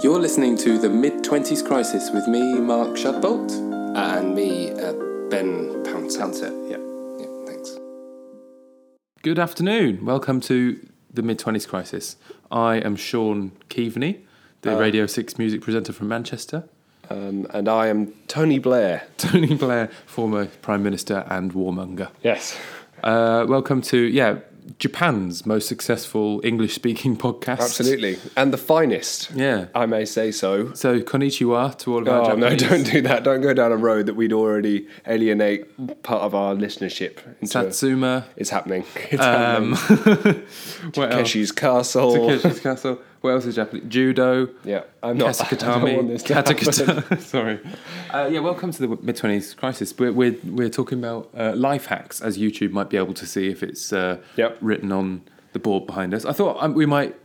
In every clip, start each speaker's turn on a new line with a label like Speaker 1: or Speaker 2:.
Speaker 1: You're listening to the Mid 20s Crisis with me, Mark Shadbolt.
Speaker 2: and me, uh, Ben Pouncer.
Speaker 1: yeah.
Speaker 2: Yeah, thanks.
Speaker 1: Good afternoon. Welcome to the Mid 20s Crisis. I am Sean Keaveney, the Radio 6 music presenter from Manchester.
Speaker 2: Um, and I am Tony Blair.
Speaker 1: Tony Blair, former Prime Minister and warmonger.
Speaker 2: Yes.
Speaker 1: Uh, welcome to, yeah, Japan's most successful English speaking podcast.
Speaker 2: Absolutely. And the finest.
Speaker 1: Yeah.
Speaker 2: I may say so.
Speaker 1: So, konnichiwa to all of our
Speaker 2: Oh, no,
Speaker 1: Japanese.
Speaker 2: don't do that. Don't go down a road that we'd already alienate part of our listenership. Into
Speaker 1: Satsuma.
Speaker 2: it's happening. It's
Speaker 1: Um,
Speaker 2: happening.
Speaker 1: what else?
Speaker 2: Keshi's Castle.
Speaker 1: Takeshi's Castle. What else is Japanese? Judo.
Speaker 2: Yeah, I'm not. I don't want
Speaker 1: Katakatami.
Speaker 2: this to happen.
Speaker 1: Katakata- Sorry. Uh, yeah, welcome to the mid twenties crisis. We're, we're we're talking about uh, life hacks, as YouTube might be able to see if it's uh,
Speaker 2: Yep.
Speaker 1: written on the board behind us. I thought um, we might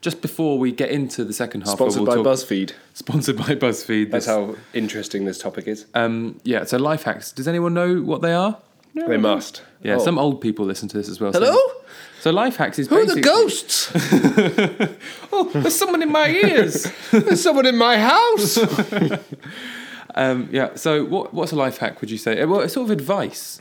Speaker 1: just before we get into the second half. where
Speaker 2: Sponsored by
Speaker 1: we'll talk-
Speaker 2: BuzzFeed.
Speaker 1: Sponsored by BuzzFeed.
Speaker 2: That's
Speaker 1: this-
Speaker 2: how interesting this topic is.
Speaker 1: um, yeah. So life hacks. Does anyone know what they are?
Speaker 2: they must.
Speaker 1: Yeah.
Speaker 2: Oh.
Speaker 1: Some old people listen to this as well. so-
Speaker 2: Hello?
Speaker 1: So life hacks is
Speaker 2: Who are the
Speaker 1: basically-
Speaker 2: ghosts?
Speaker 1: Oh, there's someone in my ears.
Speaker 2: There's someone in my house.
Speaker 1: um, yeah. So what what's a life hack? Would you say? Uh, Well, it's sort of advice.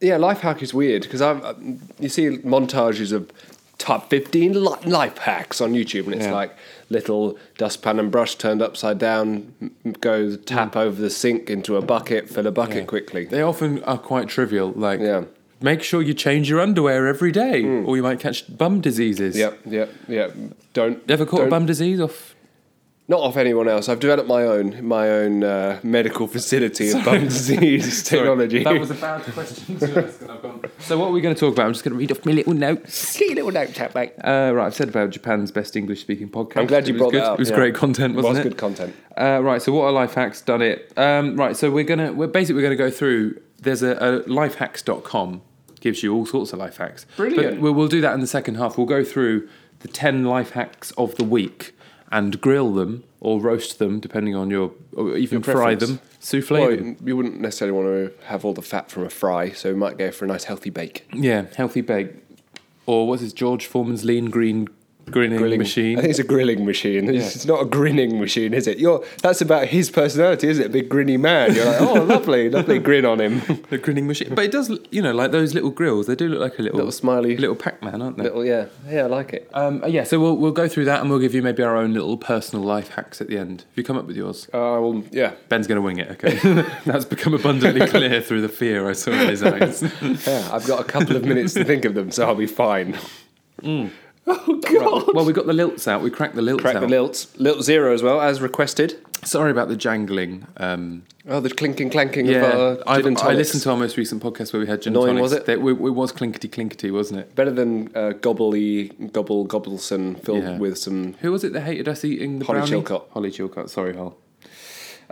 Speaker 2: Yeah, life hack is weird because I've uh, you see montages of top fifteen li- life hacks on YouTube, and it's
Speaker 1: Yeah.
Speaker 2: like little dustpan and brush turned upside down, m- m- go tap
Speaker 1: Mm.
Speaker 2: over the sink into a bucket, fill a bucket quickly.
Speaker 1: They often are quite trivial, like
Speaker 2: Yeah.
Speaker 1: make sure you change your underwear every day, or you might catch bum diseases.
Speaker 2: Yep, yep, yep. Don't
Speaker 1: You ever caught a
Speaker 2: don't-
Speaker 1: bum disease off?
Speaker 2: Not off anyone else. I've developed my own my own uh, medical facility of bum disease technology.
Speaker 1: That was a bad question to ask, and I've gone. So what are we going to talk about? I'm just going to read off my little notes.
Speaker 2: Sneaky little note chat, mate.
Speaker 1: Uh, right, I've said about Japan's best English speaking podcast.
Speaker 2: I'm glad you
Speaker 1: It was
Speaker 2: brought
Speaker 1: good.
Speaker 2: that
Speaker 1: It
Speaker 2: up.
Speaker 1: was
Speaker 2: yeah.
Speaker 1: great content, wasn't
Speaker 2: was
Speaker 1: it?
Speaker 2: good content.
Speaker 1: Uh, right, so what are life hacks? Done it. Um, right, so we're gonna we're basically gonna go through. There's a, a lifehacks.com gives you all sorts of life hacks.
Speaker 2: Brilliant.
Speaker 1: But we'll, we'll do that in the second half. We'll go through the ten life hacks of the week and grill them or roast them, depending on your or even fry
Speaker 2: preference.
Speaker 1: them, souffle
Speaker 2: Well,
Speaker 1: them.
Speaker 2: you wouldn't necessarily want to have all the fat from a fry, so we might go for a nice healthy bake.
Speaker 1: Yeah, healthy bake. Or what's this? George Foreman's lean green grinning
Speaker 2: I
Speaker 1: machine.
Speaker 2: think it's a grilling machine. It's, it's not a grinning machine, is it? You're, that's about his personality, isn't it? Big grinny man. You're like, oh, lovely, lovely grin on him.
Speaker 1: The grinning machine. But it does, you know, like those little grills. They do look like a little
Speaker 2: Little smiley.
Speaker 1: little Pac-Man, aren't they?
Speaker 2: Little, yeah, yeah, I like it.
Speaker 1: Um, yeah, so we'll, we'll go through that and we'll give you maybe our own little personal life hacks at the end. Have you come up with yours?
Speaker 2: Uh, well, yeah,
Speaker 1: Ben's going to wing it, okay. That's become abundantly clear through the fear I saw in his eyes.
Speaker 2: yeah. I've got a couple of minutes to think of them, so I'll be fine. Oh God!
Speaker 1: well, we got the lilts out. We cracked the lilts
Speaker 2: Crack
Speaker 1: out.
Speaker 2: the lilt, lilt zero as well as requested.
Speaker 1: Sorry about the jangling. Um,
Speaker 2: Oh, the clinking clanking
Speaker 1: yeah,
Speaker 2: of our
Speaker 1: I've-
Speaker 2: gin and
Speaker 1: I
Speaker 2: tonics.
Speaker 1: listened to our most recent podcast where we had gin
Speaker 2: Annoying,
Speaker 1: and tonics.
Speaker 2: was it?
Speaker 1: They- we- it was clinkety clinkety, wasn't it?
Speaker 2: Better than uh, gobbly gobble gobbleson filled
Speaker 1: Yeah.
Speaker 2: with some
Speaker 1: Who was it that hated us eating the
Speaker 2: Holly
Speaker 1: brownie?
Speaker 2: Chilcott.
Speaker 1: Holly Chilcott. Sorry, Hol.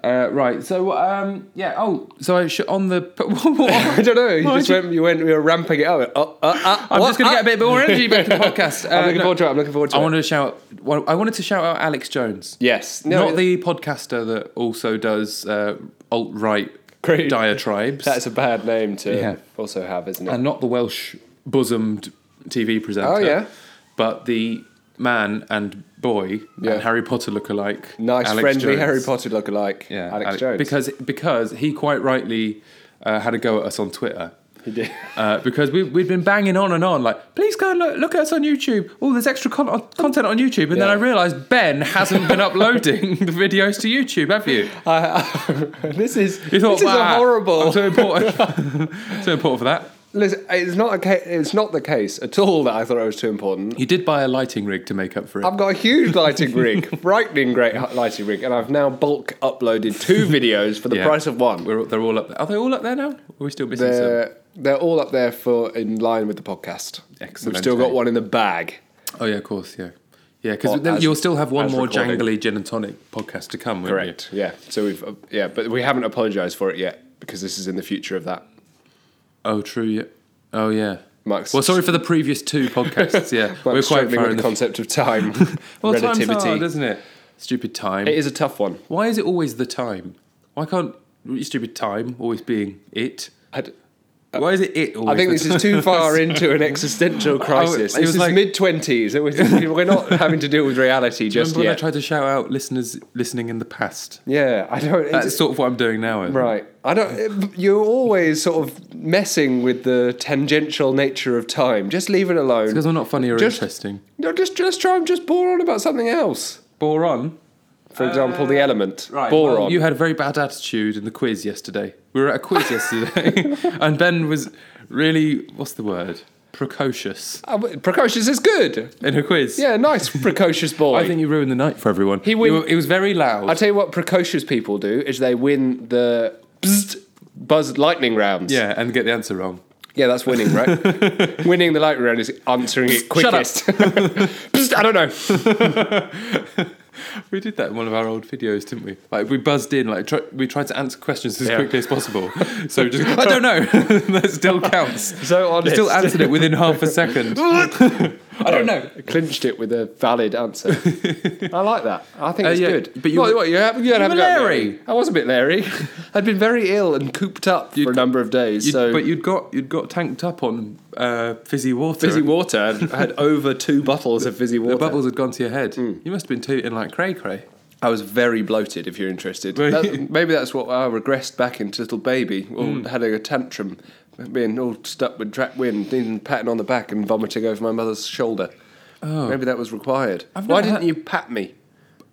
Speaker 1: Uh, right, so um, yeah. Oh, so I sh- on the
Speaker 2: I don't know. You
Speaker 1: Why
Speaker 2: just
Speaker 1: do you-
Speaker 2: went. You went. We were ramping it up. Uh, uh, uh,
Speaker 1: I'm
Speaker 2: what?
Speaker 1: just going to
Speaker 2: Uh,
Speaker 1: get a bit more energy back in the podcast.
Speaker 2: I'm
Speaker 1: Uh,
Speaker 2: looking
Speaker 1: no,
Speaker 2: forward to it. I'm looking forward to
Speaker 1: I
Speaker 2: it.
Speaker 1: wanted to shout. well, I wanted to shout out Alex Jones,
Speaker 2: yes. No.
Speaker 1: not the podcaster that also does uh, alt right
Speaker 2: Great.
Speaker 1: diatribes,
Speaker 2: that's a bad name to
Speaker 1: Yeah.
Speaker 2: also have, isn't it?
Speaker 1: and not the Welsh bosomed TV presenter.
Speaker 2: Oh, yeah.
Speaker 1: but the man and boy
Speaker 2: Yeah.
Speaker 1: and Harry Potter lookalike.
Speaker 2: nice,
Speaker 1: Alex
Speaker 2: friendly
Speaker 1: Jones.
Speaker 2: Harry Potter look-alike.
Speaker 1: Yeah,
Speaker 2: Alex
Speaker 1: Ale-
Speaker 2: Jones.
Speaker 1: Because because he quite rightly uh, had a go at us on Twitter.
Speaker 2: He did.
Speaker 1: Uh, because we, we've been banging on and on, like, please go and look, look at us on YouTube. Oh, there's extra con- content on YouTube. And then
Speaker 2: Yeah.
Speaker 1: I realised Ben hasn't been uploading the videos to YouTube, have you?
Speaker 2: this is
Speaker 1: You thought,
Speaker 2: this is a
Speaker 1: "Wow, I'm
Speaker 2: horrible.
Speaker 1: so important. so important for that.
Speaker 2: Listen, it's not a ca- it's not the case at all that I thought I was too important.
Speaker 1: You did buy a lighting rig to make up for it.
Speaker 2: I've got a huge lighting rig, frightening great h- lighting rig, and I've now bulk uploaded two videos for the
Speaker 1: Yeah.
Speaker 2: price of one.
Speaker 1: We're, all- they're all up there. Are they all up there now? Or are we still missing
Speaker 2: They're, they're all up there for in line with the podcast.
Speaker 1: Excellent,
Speaker 2: We've still
Speaker 1: eh?
Speaker 2: got one in the bag.
Speaker 1: some? Oh, yeah, of course, yeah. Yeah,
Speaker 2: Well,
Speaker 1: because then
Speaker 2: as-
Speaker 1: you'll still have one
Speaker 2: as
Speaker 1: more
Speaker 2: recording.
Speaker 1: jangly gin and tonic podcast to come, won't you?
Speaker 2: Yeah. So we've uh, yeah, but we haven't apologized for it yet because this is in the future of that.
Speaker 1: Oh, true. Yeah. Oh, yeah.
Speaker 2: Mark's-
Speaker 1: Well, sorry for the previous two podcasts. Yeah,
Speaker 2: Mark's
Speaker 1: we're quite
Speaker 2: struggling
Speaker 1: far
Speaker 2: with
Speaker 1: in the
Speaker 2: the concept of time
Speaker 1: Well,
Speaker 2: relativity.
Speaker 1: time's hard, isn't it? Stupid time.
Speaker 2: it is a tough one.
Speaker 1: Why is it always the time? Why can't stupid time always being it?
Speaker 2: I d-
Speaker 1: Why is it it? Always
Speaker 2: Uh, I think this is too far into an existential crisis.
Speaker 1: it
Speaker 2: This
Speaker 1: was
Speaker 2: is
Speaker 1: like-
Speaker 2: mid twenties. We're not having to deal with reality
Speaker 1: Do you
Speaker 2: just
Speaker 1: remember when I
Speaker 2: yet.
Speaker 1: tried to shout out listeners listening in the past?
Speaker 2: yeah, I don't.
Speaker 1: That's
Speaker 2: it's-
Speaker 1: sort of what I'm doing now. eh? I think.
Speaker 2: right. I don't. You're always sort of messing with the tangential nature of time. Just leave it alone.
Speaker 1: Because I'm not funny or
Speaker 2: Just-
Speaker 1: interesting.
Speaker 2: No, just just try and just bore on about something else.
Speaker 1: Boron.
Speaker 2: For example, the element
Speaker 1: Uh, Right.
Speaker 2: boron.
Speaker 1: well, you had a very bad attitude in the quiz yesterday. We were at a quiz yesterday, and Ben was really what's the word? Precocious
Speaker 2: Uh, w- precocious is good.
Speaker 1: in her quiz.
Speaker 2: Yeah, nice precocious boy.
Speaker 1: I think you ruined the night for everyone. He
Speaker 2: win-
Speaker 1: It was very loud.
Speaker 2: I'll tell you what precocious people do is they win the bzzzt buzz lightning rounds.
Speaker 1: yeah, and get the answer wrong.
Speaker 2: Yeah, that's winning, right? winning the lightning round is answering it
Speaker 1: Shut up.
Speaker 2: quickest. Psst, I don't know.
Speaker 1: We did that in one of our old videos, didn't we? Like we buzzed in, like try, we tried to answer questions as
Speaker 2: Yeah.
Speaker 1: quickly as possible. So just I don't know. that still counts.
Speaker 2: So
Speaker 1: You
Speaker 2: honest.
Speaker 1: still answered it within half a second. I don't know.
Speaker 2: clinched it with a valid answer. I like that. I think
Speaker 1: Uh,
Speaker 2: it's
Speaker 1: yeah,
Speaker 2: good.
Speaker 1: but you
Speaker 2: What-
Speaker 1: were-
Speaker 2: what, you, had- you had
Speaker 1: you
Speaker 2: a
Speaker 1: were
Speaker 2: go at me.
Speaker 1: Larry.
Speaker 2: I was a bit Larry. I'd been very ill and cooped up for a number of days.
Speaker 1: You'd-
Speaker 2: so
Speaker 1: but you'd got you'd got tanked up on uh, fizzy water.
Speaker 2: fizzy water. I had over two bottles of fizzy water.
Speaker 1: The bubbles had gone to your head. You must have been tooting like cray cray.
Speaker 2: I was very bloated, if you're interested.
Speaker 1: Were
Speaker 2: That-
Speaker 1: you?
Speaker 2: maybe that's what I regressed back into little baby, or
Speaker 1: Hmm.
Speaker 2: having a tantrum, being all stuck with track wind, needing patting on the back and vomiting over my mother's shoulder.
Speaker 1: Oh.
Speaker 2: Maybe that was required.
Speaker 1: I've
Speaker 2: Why
Speaker 1: never
Speaker 2: didn't
Speaker 1: had-
Speaker 2: you pat me?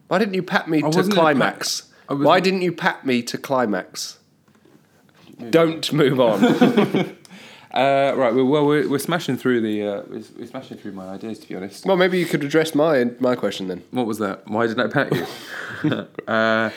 Speaker 2: Why didn't you pat me to
Speaker 1: wasn't gonna
Speaker 2: climax?
Speaker 1: pat- I was
Speaker 2: Why
Speaker 1: not-
Speaker 2: didn't you pat me to climax?
Speaker 1: Hmm.
Speaker 2: Don't move on.
Speaker 1: Uh, right, well, well we're, we're smashing through the uh, we're, we're smashing through my ideas to be honest.
Speaker 2: well, maybe you could address my my question then,
Speaker 1: What was that? Why did I pat you? uh,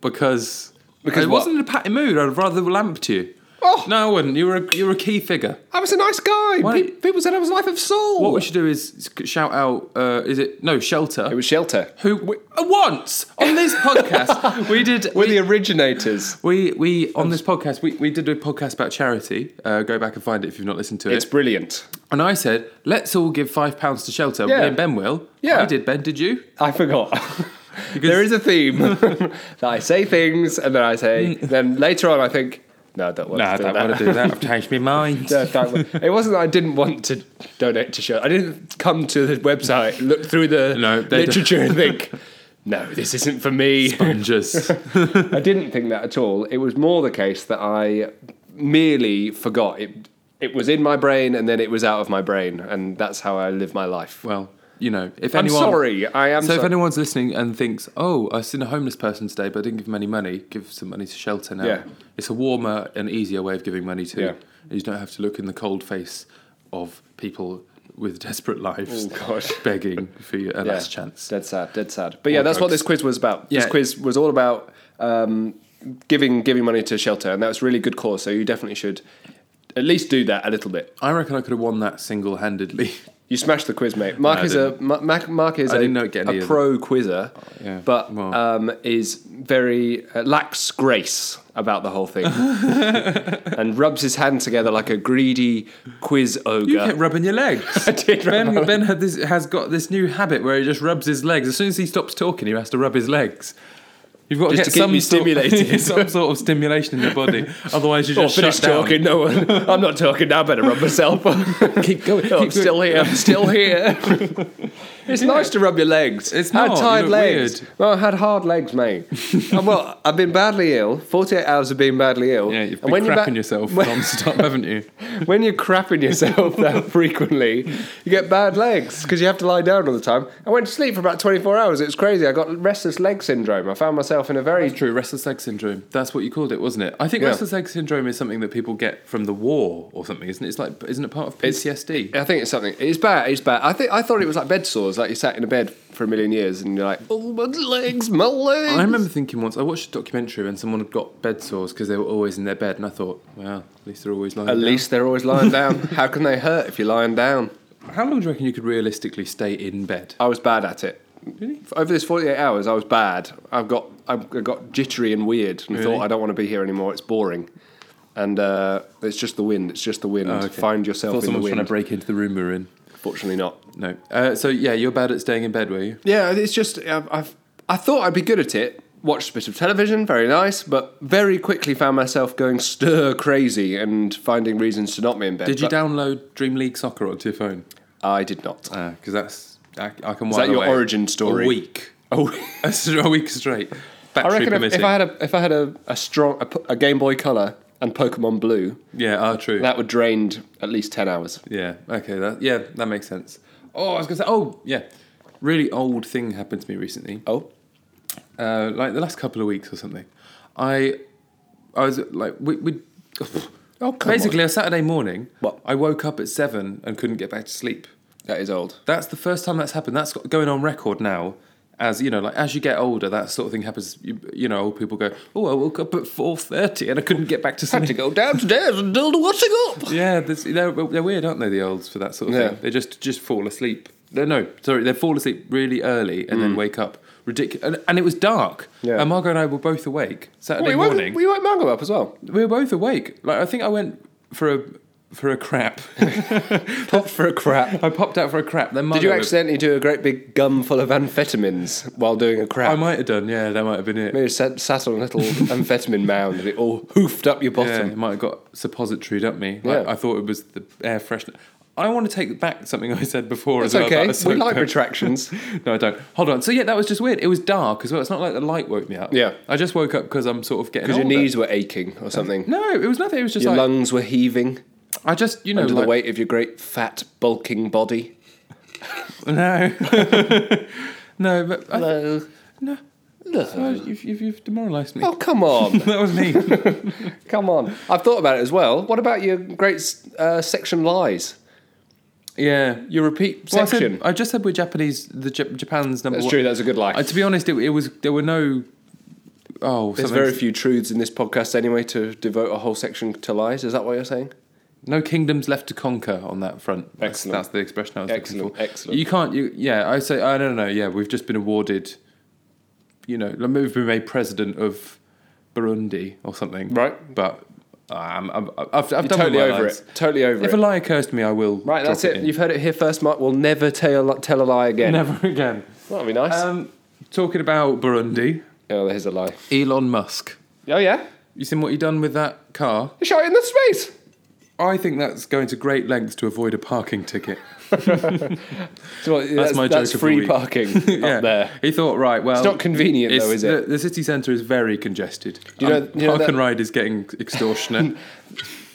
Speaker 1: because
Speaker 2: Because
Speaker 1: I
Speaker 2: what?
Speaker 1: wasn't in a patting mood. I'd rather lamped you.
Speaker 2: Oh!
Speaker 1: no, I wouldn't. You were a, you were a key figure.
Speaker 2: I was a nice guy.
Speaker 1: Why-
Speaker 2: Pe- people said I was life of soul.
Speaker 1: What we should do is shout out. Uh, is it no shelter?
Speaker 2: it was shelter.
Speaker 1: who uh, once on this podcast we did
Speaker 2: We're
Speaker 1: we,
Speaker 2: the originators.
Speaker 1: we, we on this podcast we, we did a podcast about charity. Uh, go back and find it if you've not listened to it.
Speaker 2: It's brilliant.
Speaker 1: And I said, let's all give five pounds to shelter.
Speaker 2: Yeah.
Speaker 1: Me and Ben will.
Speaker 2: Yeah.
Speaker 1: I did, Ben, did you?
Speaker 2: I forgot. there is a theme that I say things and then I say,
Speaker 1: Mm.
Speaker 2: then later on I think, no, I don't want to do that.
Speaker 1: do that. I've changed my mind.
Speaker 2: No, don't want- it wasn't that I didn't want to donate to show. I didn't come to the website, look through the
Speaker 1: No, they
Speaker 2: literature and think, no, this isn't for me.
Speaker 1: Sponges.
Speaker 2: I didn't think that at all. It was more the case that I merely forgot. It, it was in my brain and then it was out of my brain. And that's how I live my life.
Speaker 1: well, you know, if
Speaker 2: I'm
Speaker 1: anyone.
Speaker 2: sorry. I am
Speaker 1: So
Speaker 2: sorry.
Speaker 1: if anyone's listening and thinks, oh, I've seen a homeless person today, but I didn't give him any money, give some money to shelter now.
Speaker 2: Yeah.
Speaker 1: It's a warmer and easier way of giving money to.
Speaker 2: Yeah.
Speaker 1: You don't have to look in the cold face of people with desperate lives
Speaker 2: Oh, God.
Speaker 1: begging for your- a
Speaker 2: Yeah.
Speaker 1: last chance.
Speaker 2: Dead sad, dead sad. But yeah, that's what
Speaker 1: drugs.
Speaker 2: this quiz was about. This
Speaker 1: Yeah.
Speaker 2: quiz was all about um, giving giving money to shelter, and that was really good cause. So you definitely should at least do that a little bit.
Speaker 1: I reckon I could have won that single handedly.
Speaker 2: You smashed the quiz, mate. Mark
Speaker 1: No, I
Speaker 2: is a Ma- Mac, Mark is
Speaker 1: I
Speaker 2: a,
Speaker 1: didn't know it get any
Speaker 2: a
Speaker 1: of
Speaker 2: pro quizzer,
Speaker 1: yeah.
Speaker 2: but
Speaker 1: Well.
Speaker 2: um, is very uh, lacks grace about the whole thing, and rubs his hand together like a greedy quiz ogre.
Speaker 1: You kept rubbing your legs.
Speaker 2: I did rub
Speaker 1: Ben,
Speaker 2: my
Speaker 1: ben had this, has got this new habit where he just rubs his legs. As soon as he stops talking, he has to rub his legs. You've got to
Speaker 2: Just
Speaker 1: get
Speaker 2: to keep
Speaker 1: some
Speaker 2: you
Speaker 1: Sort,
Speaker 2: stimulated.
Speaker 1: some sort of stimulation in your body. Otherwise, you
Speaker 2: Oh,
Speaker 1: just
Speaker 2: finish
Speaker 1: shut down.
Speaker 2: talking. No, one- I'm not talking now. I better rub myself.
Speaker 1: Keep going.
Speaker 2: Oh,
Speaker 1: keep going.
Speaker 2: I'm still here. I'm still here. it's nice to rub your legs.
Speaker 1: It's
Speaker 2: I
Speaker 1: not,
Speaker 2: had
Speaker 1: you
Speaker 2: tired
Speaker 1: look
Speaker 2: legs.
Speaker 1: weird.
Speaker 2: Well, I had hard legs, mate. And, well, I've been badly ill. Forty-eight hours of being badly ill.
Speaker 1: Yeah, you've
Speaker 2: And
Speaker 1: been crapping
Speaker 2: you're ba-
Speaker 1: yourself
Speaker 2: When,
Speaker 1: non-stop, haven't you?
Speaker 2: when you're crapping yourself that frequently, you get bad legs because you have to lie down all the time. I went to sleep for about twenty-four hours. It was crazy. I got restless leg syndrome. I found myself in a very
Speaker 1: True, restless leg syndrome. That's what you called it, wasn't it? I think
Speaker 2: Yeah.
Speaker 1: restless leg syndrome is something that people get from the war or something, isn't it? It's like, isn't it part of PTSD?
Speaker 2: I think it's something. It's bad. It's bad. I think I thought it was like bed sores. Like you sat in a bed for a million years and you're like, oh my legs, my legs.
Speaker 1: I remember thinking once I watched a documentary and someone had got bed sores because they were always in their bed, and I thought, well, at least they're always lying.
Speaker 2: At
Speaker 1: down.
Speaker 2: least they're always lying down. How can they hurt if you're lying down?
Speaker 1: How long do you reckon you could realistically stay in bed?
Speaker 2: I was bad at it. F- Over this 48 hours, I was bad. I've got I've I got jittery and weird, and
Speaker 1: Really?
Speaker 2: thought I don't want to be here anymore. It's boring, and uh, it's just the wind. It's just the wind. Find
Speaker 1: Oh, Thought
Speaker 2: yourself in the
Speaker 1: someone was trying
Speaker 2: wind.
Speaker 1: to break into the room we were in.
Speaker 2: Fortunately, not.
Speaker 1: No. Uh, so yeah, you're bad at staying in bed, were you?
Speaker 2: Yeah, it's just I've, I've I thought I'd be good at it, watched a bit of television, very nice, but very quickly found myself going stir crazy and finding reasons to not be in bed.
Speaker 1: Did you
Speaker 2: but
Speaker 1: download Dream League Soccer onto your phone?
Speaker 2: I did not.
Speaker 1: Because Uh, that's I, I can.
Speaker 2: Is that your origin story?
Speaker 1: A week.
Speaker 2: Oh,
Speaker 1: a week straight.
Speaker 2: I
Speaker 1: Battery
Speaker 2: reckon if,
Speaker 1: permitting.
Speaker 2: if I had a if I had a, a strong a, p- a Game Boy Color and Pokemon Blue,
Speaker 1: yeah, ah, true.
Speaker 2: that would drained at least ten hours.
Speaker 1: Yeah. Okay. That. Yeah, that makes sense. Oh, I was gonna say. Oh, yeah. Really old thing happened to me recently.
Speaker 2: Oh,
Speaker 1: Uh, like the last couple of weeks or something. I, I was like, we, we
Speaker 2: oh, come
Speaker 1: basically a Saturday morning.
Speaker 2: What?
Speaker 1: I woke up at seven and couldn't get back to sleep.
Speaker 2: that is old.
Speaker 1: That's the first time that's happened. That's got- going on record now. As you know, like as you get older, that sort of thing happens. You, you know, old people go, "Oh, I woke up at four thirty and I couldn't get back to
Speaker 2: Had
Speaker 1: sleep."
Speaker 2: to go downstairs and do the washing up.
Speaker 1: Yeah, this- they're, they're weird, aren't they? The olds for that sort of
Speaker 2: Yeah.
Speaker 1: thing. They just just fall asleep. No, no, sorry, they fall asleep really early and then wake up. Ridiculous. And, and it was dark.
Speaker 2: Mm. Yeah.
Speaker 1: And Margot and I were both awake Saturday
Speaker 2: We woke,
Speaker 1: morning.
Speaker 2: we woke Margot up as well.
Speaker 1: We were both awake. Like I think I went for a for a crap.
Speaker 2: Popped for a crap.
Speaker 1: I popped out for a crap. Then
Speaker 2: Did you
Speaker 1: Margot-
Speaker 2: accidentally do a great big gum full of amphetamines while doing a crap?
Speaker 1: I might have done. Yeah, that might have been it.
Speaker 2: Maybe sat, sat on a little amphetamine mound and it all hoofed up your
Speaker 1: Yeah, it
Speaker 2: bottom.
Speaker 1: might have got suppositoried up me.
Speaker 2: Yeah.
Speaker 1: Like, I thought it was the air freshener. I want to take back something I said before
Speaker 2: It's
Speaker 1: as well. about
Speaker 2: okay.
Speaker 1: the
Speaker 2: We
Speaker 1: soap
Speaker 2: like
Speaker 1: bone.
Speaker 2: retractions.
Speaker 1: No, I don't. Hold on. So yeah, that was just weird. It was dark as well. It's not like the light woke me up.
Speaker 2: Yeah.
Speaker 1: I just woke up because I'm sort of getting
Speaker 2: Because your
Speaker 1: older.
Speaker 2: knees were aching or something.
Speaker 1: No, it was nothing. It was just
Speaker 2: Your
Speaker 1: like
Speaker 2: lungs were heaving
Speaker 1: I just you know
Speaker 2: under the
Speaker 1: like,
Speaker 2: weight of your great fat bulking body.
Speaker 1: No, no, but I,
Speaker 2: Hello.
Speaker 1: no.
Speaker 2: Hello.
Speaker 1: Oh, you've, you've, you've demoralised me.
Speaker 2: Uh, Oh, come on.
Speaker 1: That was me.
Speaker 2: come on. I've thought about it as well. What about your great uh, section lies?
Speaker 1: yeah.
Speaker 2: Your repeat
Speaker 1: Well, I, said-
Speaker 2: section.
Speaker 1: I just said we're Japanese. The Jap- Japan's number
Speaker 2: That's
Speaker 1: one.
Speaker 2: true. That's a good lie.
Speaker 1: Uh, to be honest, it, it was there were no. Oh,
Speaker 2: There's
Speaker 1: something-
Speaker 2: very few truths in this podcast anyway to devote a whole section to lies. Is that what you're saying?
Speaker 1: No kingdoms left to conquer on that front. That's-
Speaker 2: Excellent.
Speaker 1: That's, the expression I was
Speaker 2: Excellent,
Speaker 1: looking for.
Speaker 2: excellent.
Speaker 1: You can't. You yeah. I say I don't know. Yeah, we've just been awarded. You know, like, we've been made president of Burundi or something.
Speaker 2: Right.
Speaker 1: But um, I've, I've, I've
Speaker 2: You're
Speaker 1: done
Speaker 2: totally
Speaker 1: all my
Speaker 2: over
Speaker 1: lies.
Speaker 2: it. Totally over
Speaker 1: If
Speaker 2: it.
Speaker 1: a lie occurs to me, I will.
Speaker 2: Right, that's
Speaker 1: drop
Speaker 2: it.
Speaker 1: in.
Speaker 2: You've heard it here first, Mark. We'll never tell, tell a lie again.
Speaker 1: Never again.
Speaker 2: That'll be nice.
Speaker 1: Um, talking about Burundi,
Speaker 2: oh, there's a lie.
Speaker 1: Elon Musk.
Speaker 2: Oh, yeah?
Speaker 1: You seen what he done with that car?
Speaker 2: You shot it in the space.
Speaker 1: I think that's going to great lengths to avoid a parking ticket.
Speaker 2: So, what, that's,
Speaker 1: my
Speaker 2: That's
Speaker 1: joke of the
Speaker 2: free
Speaker 1: week.
Speaker 2: parking
Speaker 1: yeah.
Speaker 2: up there.
Speaker 1: He thought, right, well,
Speaker 2: It's not convenient,
Speaker 1: it's-
Speaker 2: though, is it?
Speaker 1: The, the city centre is very congested.
Speaker 2: You know-
Speaker 1: Um,
Speaker 2: you know
Speaker 1: Park
Speaker 2: that-
Speaker 1: and ride is getting extortionate.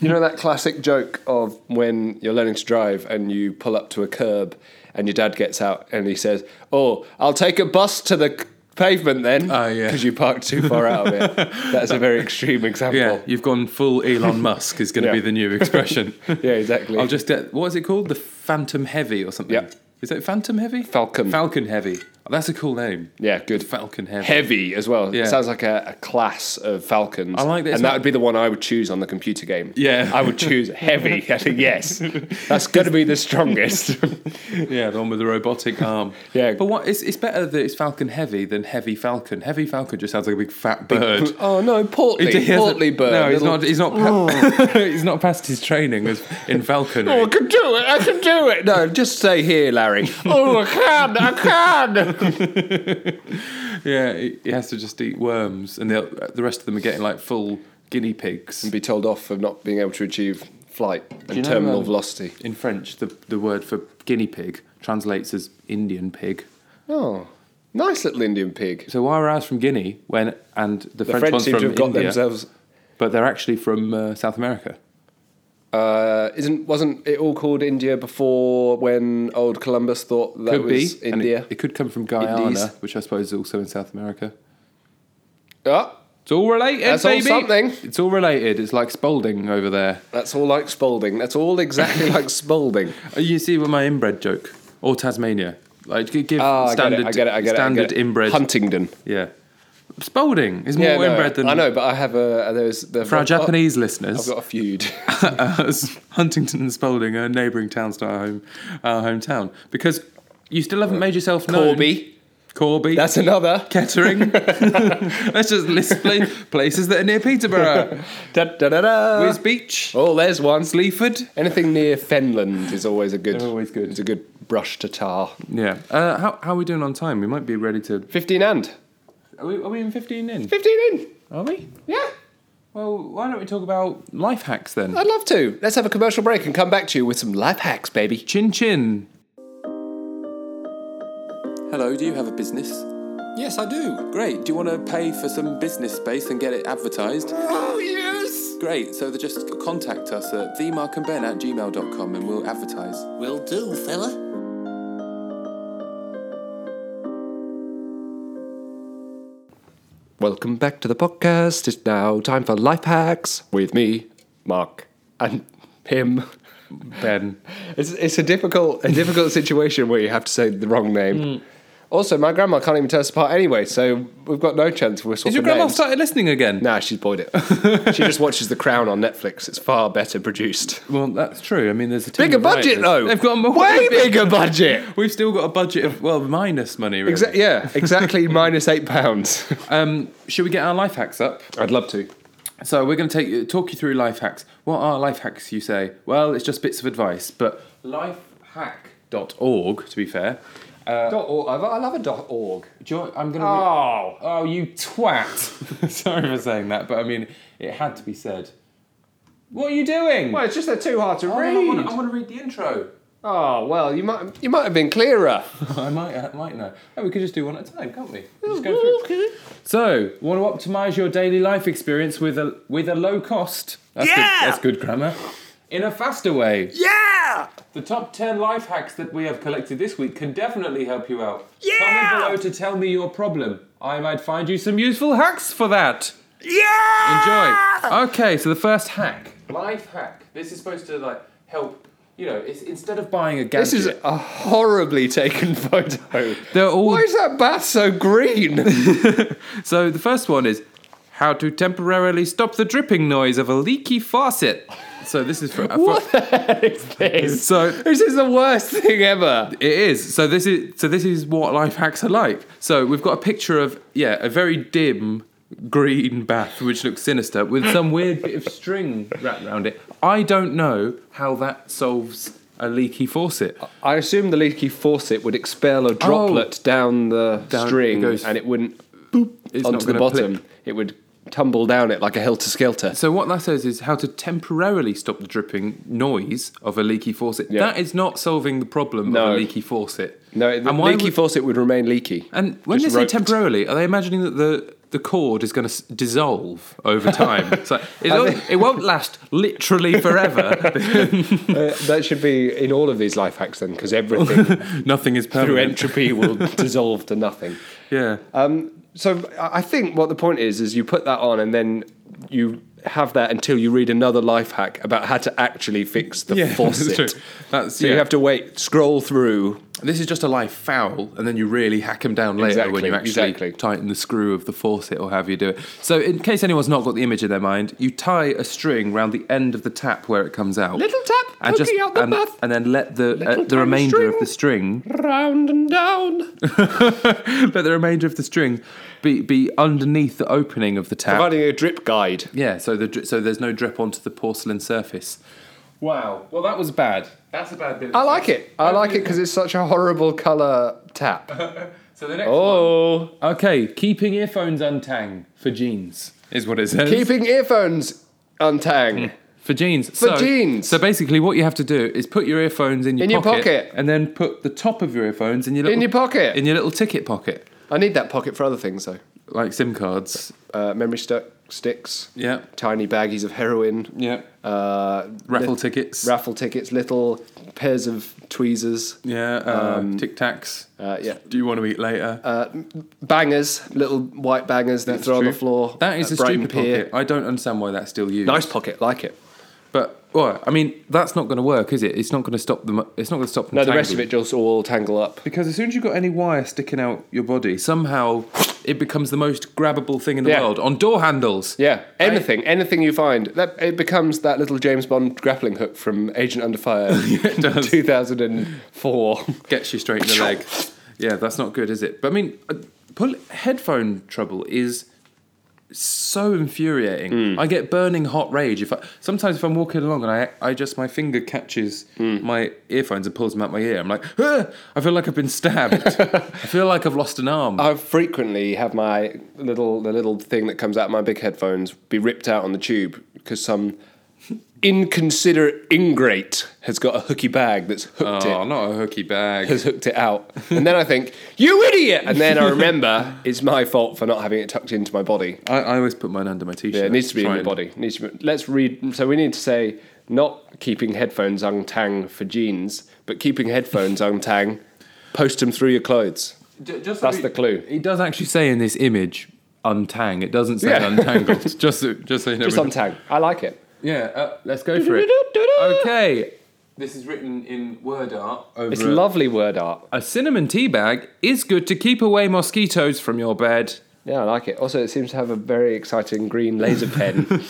Speaker 2: You know that classic joke of when you're learning to drive and you pull up to a curb and your dad gets out and he says, "Oh, I'll take a bus to the c- pavement then."
Speaker 1: Oh, yeah.
Speaker 2: because you parked too far out of it. That's a very extreme example.
Speaker 1: yeah, you've gone full Elon Musk is going to
Speaker 2: Yeah.
Speaker 1: be the new expression.
Speaker 2: Yeah, exactly.
Speaker 1: I'll just get what is it called? The Phantom Heavy or something.
Speaker 2: Yeah.
Speaker 1: Is it Phantom Heavy?
Speaker 2: Falcon.
Speaker 1: Falcon Heavy. Oh, that's a cool name.
Speaker 2: yeah, good.
Speaker 1: Falcon Heavy.
Speaker 2: Heavy as well.
Speaker 1: Yeah.
Speaker 2: It sounds like a, a class of falcons.
Speaker 1: I like that it's
Speaker 2: And that
Speaker 1: not-
Speaker 2: would be the one I would choose on the computer game.
Speaker 1: Yeah.
Speaker 2: I would choose heavy. I think, yes. That's going to be the strongest.
Speaker 1: yeah, the one with the robotic arm.
Speaker 2: Yeah.
Speaker 1: But what it's, it's better that it's Falcon Heavy than Heavy Falcon. Heavy Falcon just sounds like a big fat bird.
Speaker 2: oh, no, portly.
Speaker 1: He hasn't-
Speaker 2: Portly bird.
Speaker 1: No, he's
Speaker 2: little-
Speaker 1: not. He's not. Pa- he's not past his training as in falconry.
Speaker 2: Oh, I can do it. I can do it. No, just stay here, Larry. oh, I can. I can.
Speaker 1: Yeah, he, he has to just eat worms, and the the rest of them are getting like full guinea pigs.
Speaker 2: Be told off for not being able to achieve flight and
Speaker 1: you know,
Speaker 2: terminal
Speaker 1: um,
Speaker 2: velocity.
Speaker 1: In French, the the word for guinea pig translates as Indian pig.
Speaker 2: Oh, nice little Indian pig.
Speaker 1: So why are ours from Guinea when and the,
Speaker 2: The
Speaker 1: French,
Speaker 2: French
Speaker 1: ones
Speaker 2: seem
Speaker 1: from
Speaker 2: to have got
Speaker 1: India,
Speaker 2: themselves.
Speaker 1: but they're actually from uh, South America.
Speaker 2: Uh, isn't wasn't it all called India before when old Columbus thought that
Speaker 1: Could
Speaker 2: was
Speaker 1: be and it-
Speaker 2: India?
Speaker 1: It, could come from Guyana,
Speaker 2: Indies.
Speaker 1: which I suppose is also in South America.
Speaker 2: Ah,
Speaker 1: It's all related,
Speaker 2: That's all
Speaker 1: baby.
Speaker 2: something.
Speaker 1: It's all related. It's like Spalding over there.
Speaker 2: that's all like Spalding. That's all exactly like Spalding.
Speaker 1: Oh, You see, with my inbred joke or Tasmania, like g- give
Speaker 2: Ah,
Speaker 1: standard,
Speaker 2: I get it. I get it. I get it. I
Speaker 1: standard
Speaker 2: get it.
Speaker 1: inbred.
Speaker 2: Huntingdon.
Speaker 1: Yeah, Spalding is more
Speaker 2: Yeah, no,
Speaker 1: inbred than
Speaker 2: I know, but I have a there's the
Speaker 1: for our Japanese
Speaker 2: I've
Speaker 1: listeners.
Speaker 2: got a feud.
Speaker 1: Huntington and Spalding are neighbouring towns to our home, our hometown, because you still haven't made yourself known.
Speaker 2: Corby.
Speaker 1: Corby,
Speaker 2: That's another.
Speaker 1: Kettering. Let's just list pla- places that are near Peterborough.
Speaker 2: Da, da, da, da.
Speaker 1: Whiz Beach,
Speaker 2: oh, there's one.
Speaker 1: Sleaford.
Speaker 2: Anything near Fenland is always a good.
Speaker 1: They're always good.
Speaker 2: It's a good brush to tar.
Speaker 1: Yeah. Uh, how how are we doing on time? We might be ready to.
Speaker 2: Fifteen and
Speaker 1: Are we, are we in 15 in?
Speaker 2: 15 in.
Speaker 1: Are we?
Speaker 2: Yeah.
Speaker 1: Well, why don't we talk about life hacks then?
Speaker 2: I'd love to. Let's have a commercial break and come back to you with some life hacks, baby.
Speaker 1: Chin chin. Hello, do you have a business? Yes, I do. Great. Do you want to pay for some business space and get it advertised?
Speaker 2: Oh, yes.
Speaker 1: Great. So they just contact us at themarkandben at gmail.com and we'll advertise.
Speaker 3: Will do, fella.
Speaker 2: Welcome back to the podcast. It's now time for life hacks with me, Mark, and him.
Speaker 1: Ben.
Speaker 2: It's, it's a difficult a difficult situation where you have to say the wrong name. Also, my grandma can't even tell us apart anyway, so we've got no chance. We're swapping
Speaker 1: Has your grandma
Speaker 2: names.
Speaker 1: started listening again?
Speaker 2: Nah, she's bored it. she just watches The Crown on Netflix. It's far better produced.
Speaker 1: Well, that's true. I mean, there's a team
Speaker 2: Bigger
Speaker 1: of
Speaker 2: budget
Speaker 1: writers.
Speaker 2: though.
Speaker 1: They've got more
Speaker 2: way bigger budget.
Speaker 1: We've still got a budget of well minus money. Really.
Speaker 2: Exa- yeah, exactly minus eight pounds.
Speaker 1: Um, should we get our life hacks up?
Speaker 2: I'd love to.
Speaker 1: So we're going to take talk you through life hacks. What are life hacks? You say. Well, it's just bits of advice, but lifehack.org, to be fair.
Speaker 2: Uh, dot org. I love a dot org.
Speaker 1: Do you want, I'm going to.
Speaker 2: Oh,
Speaker 1: oh, you twat! Sorry for saying that, but I mean it had to be said. What are you doing?
Speaker 2: well, it's just they're too hard to
Speaker 1: I
Speaker 2: read.
Speaker 1: wanna- I want to read the intro.
Speaker 2: Oh well, you might you might have been clearer.
Speaker 1: I might, I might know. Oh, we could just do one at a time, can't we? Just go through. So, want to optimize your daily life experience with a with a low cost? That's
Speaker 3: Yeah!
Speaker 1: Good, that's good grammar. In a faster way.
Speaker 3: Yeah!
Speaker 1: The top ten life hacks that we have collected this week can definitely help you out.
Speaker 3: Yeah!
Speaker 1: Comment below to tell me your problem. I might find you some useful hacks for that. Enjoy.
Speaker 3: Yeah!
Speaker 1: Okay, so the first hack, life hack. This is supposed to like help. You know, it's instead of buying a gadget.
Speaker 2: This is a horribly taken photo.
Speaker 1: they're all
Speaker 2: Why is that bath so green?
Speaker 1: So the first one is how to temporarily stop the dripping noise of a leaky faucet. So this is for,
Speaker 2: what the hell is this?
Speaker 1: so
Speaker 2: This is the worst thing ever.
Speaker 1: it is. So this is so this is what life hacks are like. So we've got a picture of yeah, a very dim green bath which looks sinister with some weird bit of string wrapped around it. I don't know how that solves a leaky faucet.
Speaker 2: I assume the leaky faucet would expel a droplet down the
Speaker 1: Oh. Down-
Speaker 2: string,
Speaker 1: it goes-
Speaker 2: and it wouldn't
Speaker 1: It's
Speaker 2: onto
Speaker 1: not
Speaker 2: the
Speaker 1: gonna
Speaker 2: bottom.
Speaker 1: Clip.
Speaker 2: It would tumble down it like a helter skelter.
Speaker 1: So what that says is how to temporarily stop the dripping noise of a leaky faucet.
Speaker 2: Yeah.
Speaker 1: That is not solving the problem
Speaker 2: No.
Speaker 1: of a leaky faucet.
Speaker 2: No, the
Speaker 1: And why
Speaker 2: leaky
Speaker 1: would-
Speaker 2: faucet would remain leaky.
Speaker 1: And when they
Speaker 2: Just
Speaker 1: say
Speaker 2: roped.
Speaker 1: temporarily, are they imagining that the the cord is going to s- dissolve over time? it's like, it, won't, it won't last literally forever.
Speaker 2: Uh, that should be in all of these life hacks then, because everything
Speaker 1: Nothing is
Speaker 2: through
Speaker 1: permanent.
Speaker 2: entropy will dissolve to nothing.
Speaker 1: Yeah.
Speaker 2: Um, so I I think what the point is is you put that on and then you have that until you read another life hack about how to actually fix the
Speaker 1: yeah,
Speaker 2: faucet.
Speaker 1: That's, true. That's-
Speaker 2: So
Speaker 1: yeah.
Speaker 2: you have to wait, scroll through.
Speaker 1: This is just a live foul, and then you really hack them down later when
Speaker 2: Exactly,
Speaker 1: you actually
Speaker 2: exactly.
Speaker 1: tighten the screw of the faucet or however you do it. So, in case anyone's not got the image in their mind, you tie a string round the end of the tap where it comes out.
Speaker 2: Little tap
Speaker 1: and just
Speaker 2: poking out the
Speaker 1: and,
Speaker 2: bath.
Speaker 1: and then let the uh,
Speaker 2: Little
Speaker 1: the
Speaker 2: tiny
Speaker 1: remainder of
Speaker 2: string.
Speaker 1: the string
Speaker 2: Round and down.
Speaker 1: let the remainder of the string be be underneath the opening of the tap.
Speaker 2: Providing a drip guide.
Speaker 1: Yeah, so the dri- so there's no drip onto the porcelain surface. Wow. Well, that was bad. That's a bad bit.
Speaker 2: I like it. I like it because it's such a horrible colour tap.
Speaker 1: So the next.
Speaker 2: Oh.
Speaker 1: Okay, keeping earphones untang for jeans is what it says.
Speaker 2: Keeping earphones untang.
Speaker 1: for jeans.
Speaker 2: For jeans.
Speaker 1: So basically, what you have to do is put your earphones in your
Speaker 2: In your
Speaker 1: pocket,
Speaker 2: pocket.
Speaker 1: and then put the top of your earphones in your little,
Speaker 2: In your pocket.
Speaker 1: in your little ticket pocket,
Speaker 2: I need that pocket for other things though.
Speaker 1: like SIM cards.
Speaker 2: Uh, memory stu- sticks.
Speaker 1: Yeah.
Speaker 2: Tiny baggies of heroin.
Speaker 1: Yeah.
Speaker 2: Uh,
Speaker 1: Raffle
Speaker 2: lit-
Speaker 1: tickets.
Speaker 2: Raffle tickets. Little pairs of tweezers.
Speaker 1: yeah. Uh, Tic Tacs.
Speaker 2: Uh, yeah.
Speaker 1: Do you want to eat later?
Speaker 2: uh, Bangers. Little white bangers that you throw on
Speaker 1: true.
Speaker 2: the floor.
Speaker 1: that is
Speaker 2: at
Speaker 1: a
Speaker 2: Brighton
Speaker 1: stupid
Speaker 2: Pier.
Speaker 1: pocket. I don't understand why that's still used.
Speaker 2: Nice pocket. Like it.
Speaker 1: But well, I mean, that's not going to work, is it? It's not going to stop them. It's not going to stop them.
Speaker 2: No, the rest of
Speaker 1: tangling.
Speaker 2: it just all tangle up.
Speaker 1: Because as soon as you've got any wire sticking out your body, somehow it becomes the most grabbable thing in the
Speaker 2: Yeah.
Speaker 1: world on door handles.
Speaker 2: Yeah, anything, anything you find, that it becomes that little James Bond grappling hook from Agent Under Fire,
Speaker 1: it does.
Speaker 2: 2004.
Speaker 1: gets you straight in the leg. Yeah, that's not good, is it? But I mean, uh, pull headphone trouble is so infuriating.
Speaker 2: Hmm.
Speaker 1: I get burning hot rage if I sometimes if I'm walking along and I I just my finger catches
Speaker 2: Hmm.
Speaker 1: my earphones and pulls them out my ear. I'm like, "Ugh!" I feel like I've been stabbed. I feel like I've lost an arm.
Speaker 2: I frequently have my little the little thing that comes out of my big headphones be ripped out on the tube because some inconsiderate ingrate has got a hooky bag that's hooked
Speaker 1: oh,
Speaker 2: it.
Speaker 1: not a hooky bag.
Speaker 2: Has hooked it out, and then I think, "You idiot!" And then I remember it's my fault for not having it tucked into my body.
Speaker 1: I, I always put mine under my t-shirt.
Speaker 2: Yeah, it needs to be in
Speaker 1: Try
Speaker 2: your
Speaker 1: and-
Speaker 2: body. Needs to be, let's read. So we need to say not keeping headphones untang for jeans, but keeping headphones untang. Post them through your clothes.
Speaker 1: J- just
Speaker 2: That's
Speaker 1: so
Speaker 2: the
Speaker 1: we-
Speaker 2: clue.
Speaker 1: It does actually say in this image untang. It doesn't say
Speaker 2: Yeah.
Speaker 1: untangled. just so, just so you know.
Speaker 2: Just
Speaker 1: we-
Speaker 2: untang. I like it.
Speaker 1: Yeah, uh, let's go for it. okay. This is written in word art over
Speaker 2: It's
Speaker 1: a-
Speaker 2: lovely word art.
Speaker 1: A cinnamon tea bag is good to keep away mosquitoes from your bed.
Speaker 2: Yeah, I like it. Also, it seems to have a very exciting green laser pen.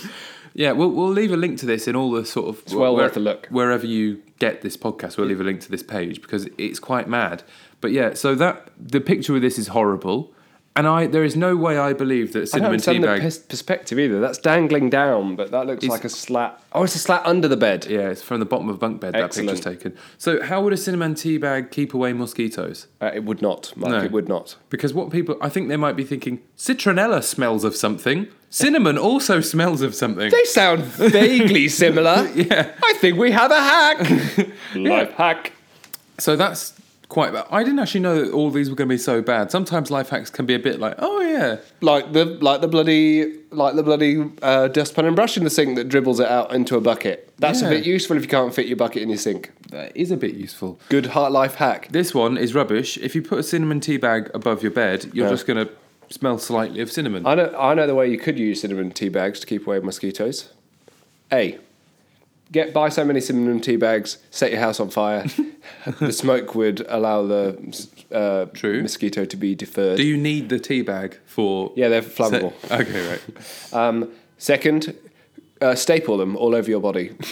Speaker 1: Yeah, we'll, we'll leave a link to this in all the sort of. It's
Speaker 2: well worth a look.
Speaker 1: Wherever you get this podcast, we'll leave a link to this page because it's quite mad. But yeah, so that the picture with this is horrible, and I there is no way I believe that
Speaker 2: I don't
Speaker 1: cinnamon tea
Speaker 2: understand the
Speaker 1: bag.
Speaker 2: pers- perspective either. That's dangling down, but that looks like a slat. Oh, it's a slat under the bed.
Speaker 1: yeah, it's from the bottom of a bunk bed that
Speaker 2: Excellent.
Speaker 1: picture's taken. So how would a cinnamon tea bag keep away mosquitoes?
Speaker 2: Uh, it would not, Mike.
Speaker 1: No.
Speaker 2: It would not.
Speaker 1: Because what people, I think they might be thinking, citronella smells of something. Cinnamon also smells of something.
Speaker 2: They sound vaguely similar.
Speaker 1: Yeah.
Speaker 2: I think we have a hack. Life hack.
Speaker 1: So that's quite. Bad. I didn't actually know that all these were going to be so bad. Sometimes life hacks can be a bit like, oh yeah,
Speaker 2: Like the like the bloody like the bloody uh, dustpan and brush in the sink that dribbles it out into a bucket. That's a
Speaker 1: Yeah.
Speaker 2: bit useful if you can't fit your bucket in your sink.
Speaker 1: that is a bit useful.
Speaker 2: Good heart life hack.
Speaker 1: This one is rubbish. If you put a cinnamon tea bag above your bed, you're
Speaker 2: Yeah.
Speaker 1: just going to smell slightly of cinnamon.
Speaker 2: I know, I know the way you could use cinnamon tea bags to keep away mosquitoes. A. Get buy so many cinnamon tea bags, set your house on fire. the smoke would allow the uh,
Speaker 1: True.
Speaker 2: mosquito to be deferred.
Speaker 1: Do you need the tea bag for?
Speaker 2: yeah, they're flammable.
Speaker 1: okay, right.
Speaker 2: Um, second, uh, staple them all over your body,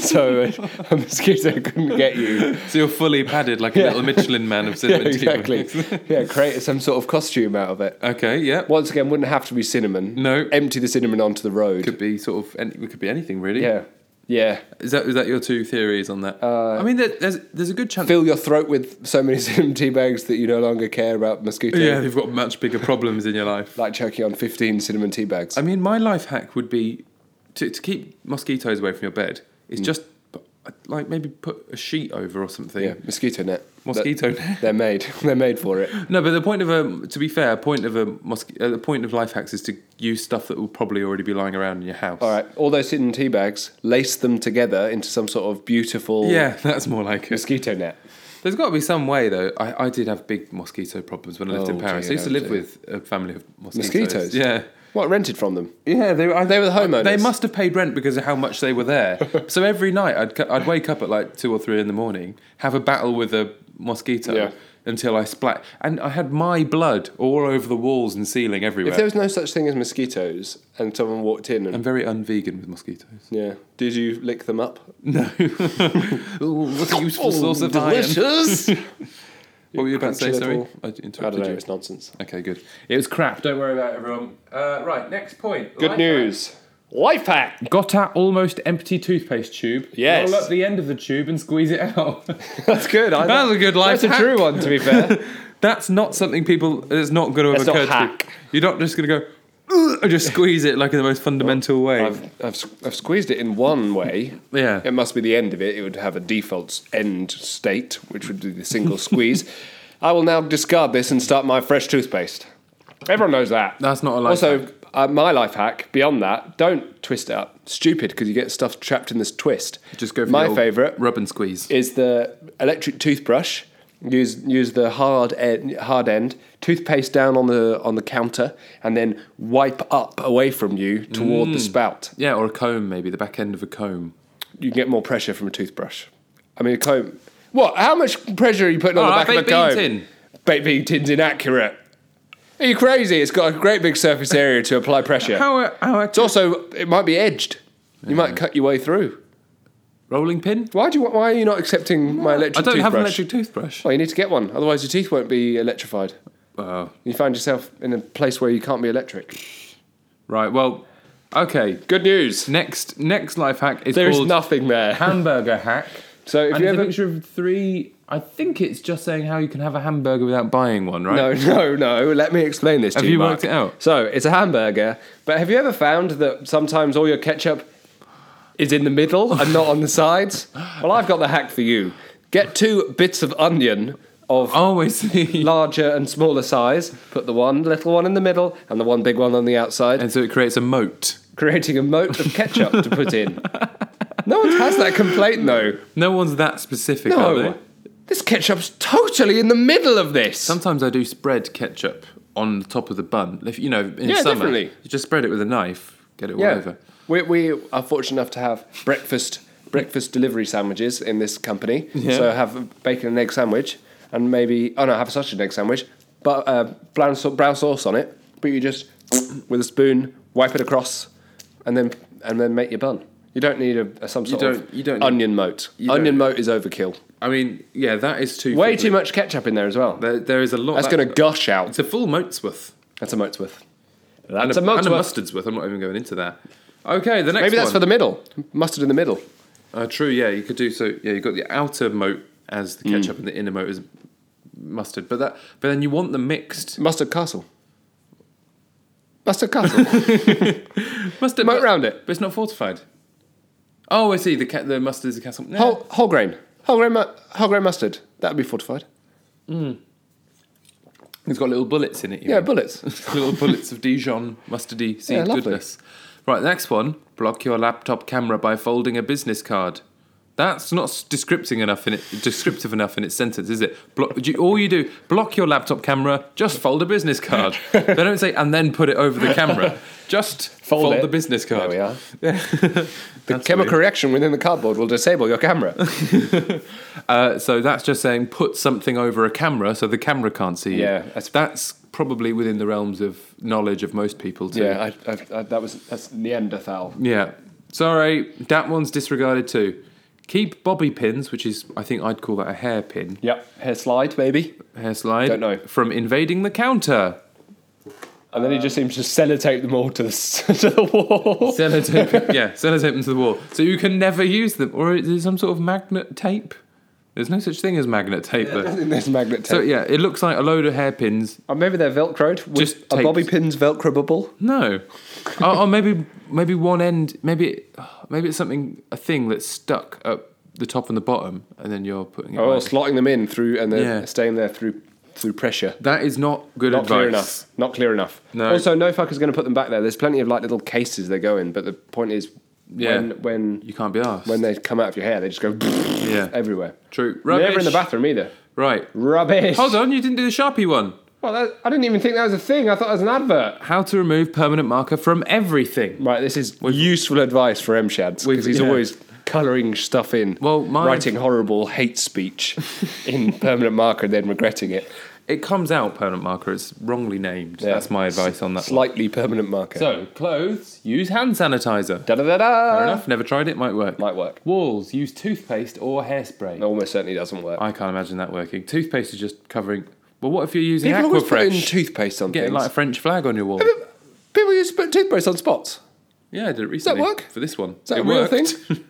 Speaker 2: so a, a mosquito couldn't get you.
Speaker 1: So you're fully padded like a
Speaker 2: Yeah.
Speaker 1: little Michelin man of
Speaker 2: Yeah,
Speaker 1: cinnamon tea
Speaker 2: exactly.
Speaker 1: bags.
Speaker 2: yeah, create some sort of costume out of it.
Speaker 1: Okay, yeah.
Speaker 2: Once again, wouldn't have to be cinnamon.
Speaker 1: No.
Speaker 2: empty the cinnamon onto the road.
Speaker 1: Could be sort of, any, it could be anything really.
Speaker 2: yeah, yeah.
Speaker 1: Is that is that your two theories on that? Uh, I mean, there, there's there's a good chance.
Speaker 2: fill your throat with so many cinnamon tea bags that you no longer care about mosquitoes.
Speaker 1: yeah, you've got much bigger problems in your life.
Speaker 2: Like choking on 15 cinnamon tea bags.
Speaker 1: I mean, my life hack would be to, to keep mosquitoes away from your bed
Speaker 2: Mm.
Speaker 1: is just p- like maybe put a sheet over or something.
Speaker 2: yeah, mosquito net.
Speaker 1: Mosquito net.
Speaker 2: They're made. They're made for it.
Speaker 1: No, but the point of a to be fair, point of a mosqui- uh, the point of life hacks is to use stuff that will probably already be lying around in your house.
Speaker 2: All right. All those cinnamon tea bags, lace them together into some sort of beautiful
Speaker 1: Yeah, that's more like it.
Speaker 2: mosquito net.
Speaker 1: There's got to be some way though. I, I did have big mosquito problems when I lived in
Speaker 2: Oh,
Speaker 1: Paris.
Speaker 2: dear,
Speaker 1: I used to
Speaker 2: oh,
Speaker 1: live
Speaker 2: dear.
Speaker 1: with a family of mosquitoes.
Speaker 2: Mosquitoes?
Speaker 1: Yeah.
Speaker 2: What, rented from them?
Speaker 1: Yeah, they were. I,
Speaker 2: They were the homeowners.
Speaker 1: They must have paid rent because of how much they were there. so every night I'd, cu- I'd wake up at like two or three in the morning, have a battle with a mosquito
Speaker 2: Yeah.
Speaker 1: until I splat. And I had my blood all over the walls and ceiling everywhere.
Speaker 2: If there was no such thing as mosquitoes and someone walked in and.
Speaker 1: I'm very unvegan with mosquitoes.
Speaker 2: yeah. Did you lick them up?
Speaker 1: No. Ooh, what a useful source of iron.
Speaker 2: delicious!
Speaker 1: What were you about to say,
Speaker 2: Crunchy
Speaker 1: sorry?
Speaker 2: little-
Speaker 1: I
Speaker 2: I don't
Speaker 1: interrupted
Speaker 2: know.
Speaker 1: you.
Speaker 2: It's nonsense.
Speaker 1: Okay, good. It was crap. Don't worry about it, everyone. Uh, right, next point.
Speaker 2: Good
Speaker 1: Life
Speaker 2: news. Life hack.
Speaker 1: Got at almost empty toothpaste tube.
Speaker 2: Yes.
Speaker 1: Roll up the end of the tube and squeeze it out.
Speaker 2: That's good. I,
Speaker 1: That was a good life
Speaker 2: That's a
Speaker 1: hack.
Speaker 2: true one, to be fair.
Speaker 1: That's not something people. It's not going to have
Speaker 2: That's not
Speaker 1: occurred to
Speaker 2: hack.
Speaker 1: people. You're not just going to go "Ugh," and just squeeze it like in the most fundamental way.
Speaker 2: I've, I've, s- I've squeezed it in one way.
Speaker 1: Yeah.
Speaker 2: It must be the end of it. It would have a default end state, which would be the single squeeze. I will now discard this and start my fresh toothpaste. Everyone knows that.
Speaker 1: That's not a life
Speaker 2: Also, Uh, my life hack, beyond that, don't twist it up. Stupid, because you get stuff trapped in this twist.
Speaker 1: just go for the
Speaker 2: My
Speaker 1: old
Speaker 2: favourite
Speaker 1: rub and squeeze.
Speaker 2: is the electric toothbrush. Use use the hard end, hard end toothpaste down on the on the counter, and then wipe up away from you toward
Speaker 1: Mm.
Speaker 2: the spout.
Speaker 1: yeah, or a comb maybe the back end of a comb.
Speaker 2: You can get more pressure from a toothbrush. I mean, a comb. What? How much pressure are you putting on
Speaker 1: Oh,
Speaker 2: the
Speaker 1: like
Speaker 2: back of a
Speaker 1: baked bean
Speaker 2: comb?
Speaker 1: tin.
Speaker 2: Baked bean tin's inaccurate. Are you crazy? It's got a great big surface area to apply pressure.
Speaker 1: How how
Speaker 2: it's also it might be edged. You might cut your way through.
Speaker 1: rolling pin?
Speaker 2: Why do you? Why are you not accepting my
Speaker 1: I
Speaker 2: electric?
Speaker 1: don't have an
Speaker 2: toothbrush?
Speaker 1: electric toothbrush.
Speaker 2: Well, you need to get one, otherwise your teeth won't be electrified.
Speaker 1: Well,
Speaker 2: You find yourself in a place where you can't be electric.
Speaker 1: Right. Well, okay.
Speaker 2: Good news.
Speaker 1: Next next life hack is
Speaker 2: There is
Speaker 1: called
Speaker 2: nothing there.
Speaker 1: hamburger hack.
Speaker 2: So if
Speaker 1: and
Speaker 2: you
Speaker 1: it's a
Speaker 2: ever
Speaker 1: picture of three. I think it's just saying how you can have a hamburger without buying one, right?
Speaker 2: No, no, no. Let me explain this
Speaker 1: Have
Speaker 2: to you.
Speaker 1: you
Speaker 2: Mark.
Speaker 1: worked it out?
Speaker 2: So it's a hamburger, but have you ever found that sometimes all your ketchup is in the middle and not on the sides? Well, I've got the hack for you. Get two bits of onion of
Speaker 1: Oh, I see.
Speaker 2: larger and smaller size. Put the one little one in the middle and the one big one on the outside,
Speaker 1: And so it creates a moat.
Speaker 2: creating a moat of ketchup to put in. No one has that complaint though.
Speaker 1: No one's that specific, are
Speaker 2: No.
Speaker 1: they?
Speaker 2: This ketchup's totally in the middle of this.
Speaker 1: Sometimes I do spread ketchup on the top of the bun. If you know, in
Speaker 2: Yeah,
Speaker 1: summer,
Speaker 2: definitely.
Speaker 1: you just spread it with a knife, get it all over.
Speaker 2: We, we are fortunate enough to have breakfast breakfast delivery sandwiches in this company.
Speaker 1: Yeah.
Speaker 2: So have a bacon and egg sandwich, and maybe oh no, have a sausage and egg sandwich, but uh, brown sau- brown sauce on it. But you just with a spoon wipe it across, and then and then make your bun. You don't need a, a some sort
Speaker 1: don't-
Speaker 2: of
Speaker 1: you don't-
Speaker 2: onion moat.
Speaker 1: you don't-
Speaker 2: Onion moat is overkill.
Speaker 1: I mean, yeah, that is too
Speaker 2: Way
Speaker 1: fiddly.
Speaker 2: too much ketchup in there as well.
Speaker 1: There, there is a lot.
Speaker 2: That's
Speaker 1: that-
Speaker 2: going to gush out.
Speaker 1: It's a full moat's worth.
Speaker 2: That's a moat's worth.
Speaker 1: And
Speaker 2: That's
Speaker 1: a,
Speaker 2: a moat's
Speaker 1: and a
Speaker 2: worth.
Speaker 1: mustard's worth. I'm not even going into that. Okay, the next
Speaker 2: Maybe that's
Speaker 1: one.
Speaker 2: for the middle. Mustard in the middle.
Speaker 1: Uh, true, yeah, you could do so. Yeah, you've got the outer moat as the
Speaker 2: Mm.
Speaker 1: ketchup and the inner moat as mustard. But that, but then you want the mixed
Speaker 2: Mustard Castle. Mustard Castle.
Speaker 1: mustard
Speaker 2: Moat
Speaker 1: but-
Speaker 2: round it.
Speaker 1: But it's not fortified. Oh, I see. The ca- the mustard is a castle. Yeah.
Speaker 2: whole, whole grain. Whole grain, mu- whole grain mustard. That would be fortified.
Speaker 1: It's got little bullets in it. you
Speaker 2: Yeah,
Speaker 1: mean.
Speaker 2: bullets.
Speaker 1: little bullets of Dijon mustardy seed
Speaker 2: Yeah, lovely.
Speaker 1: goodness. Right, next one. Block your laptop camera by folding a business card. That's not s- descripting enough in it, descriptive enough in its sentence, is it? Block, do you- all you do, block your laptop camera, just fold a business card. they don't say and then put it over the camera. Just fold,
Speaker 2: it.
Speaker 1: the business
Speaker 2: There
Speaker 1: card.
Speaker 2: we are. the chemical reaction within the cardboard will disable your camera.
Speaker 1: Uh, so that's just saying put something over a camera so the camera can't see you.
Speaker 2: Yeah, that's-
Speaker 1: that's probably within the realms of knowledge of most people too.
Speaker 2: yeah, I, I, I, that was that's Neanderthal.
Speaker 1: Yeah. Sorry, that one's disregarded too. Keep bobby pins, which is, I think I'd call that a hairpin,
Speaker 2: Yep, hair slide maybe,
Speaker 1: hair slide,
Speaker 2: Don't know.
Speaker 1: from invading the counter.
Speaker 2: and then he just seems to sellotape them all to the s- to the wall.
Speaker 1: Sellotape, yeah, sellotape them to the wall. So you can never use them. Or is it some sort of magnet tape? There's no such thing as magnet tape. Though.
Speaker 2: There's magnet tape.
Speaker 1: So yeah, it looks like a load of hairpins.
Speaker 2: or maybe they're velcroed. Would-
Speaker 1: Just
Speaker 2: are
Speaker 1: tapes.
Speaker 2: bobby pins velcroable?
Speaker 1: No. or, or maybe maybe one end, maybe maybe it's something, a thing that's stuck at the top and the bottom, and then you're putting it
Speaker 2: Oh,
Speaker 1: back.
Speaker 2: slotting them in through and then
Speaker 1: Yeah.
Speaker 2: staying there through through pressure.
Speaker 1: That is not good
Speaker 2: Not
Speaker 1: advice.
Speaker 2: clear enough. Not clear enough.
Speaker 1: No.
Speaker 2: Also, no fucker's going to put them back there. There's plenty of like little cases they go in, but the point is,
Speaker 1: Yeah.
Speaker 2: when when
Speaker 1: You can't be asked.
Speaker 2: when they come out of your hair, they just go
Speaker 1: Yeah.
Speaker 2: everywhere.
Speaker 1: True.
Speaker 2: Never in the
Speaker 1: Rubbish.
Speaker 2: bathroom either.
Speaker 1: Right.
Speaker 2: Rubbish.
Speaker 1: Hold on, you didn't do the Sharpie one.
Speaker 2: Well, that, I didn't even think that was a thing. I thought that was an advert.
Speaker 1: How to remove permanent marker from everything.
Speaker 2: Right. This is useful advice for M Shads
Speaker 1: We've-
Speaker 2: because he's
Speaker 1: yeah.
Speaker 2: always colouring stuff in.
Speaker 1: Well, mine-
Speaker 2: writing horrible hate speech in permanent marker and then regretting it.
Speaker 1: It comes out permanent marker. It's wrongly named.
Speaker 2: Yeah.
Speaker 1: That's my advice on that. one.
Speaker 2: Slightly permanent marker.
Speaker 1: So clothes use hand sanitizer.
Speaker 2: da da da
Speaker 1: Fair
Speaker 2: da.
Speaker 1: enough. Never tried it. Might work.
Speaker 2: Might work.
Speaker 1: Walls use toothpaste or hairspray.
Speaker 2: It almost certainly doesn't work.
Speaker 1: I can't imagine that working. Toothpaste is just covering. Well, what if you're using
Speaker 2: People always put in
Speaker 1: Aquafresh?
Speaker 2: toothpaste on
Speaker 1: Getting
Speaker 2: things.
Speaker 1: like a French flag on your wall.
Speaker 2: People used to put toothpaste on spots.
Speaker 1: Yeah, I did it recently.
Speaker 2: work?
Speaker 1: for this one?
Speaker 2: Is that
Speaker 1: it
Speaker 2: a real
Speaker 1: worked.
Speaker 2: thing?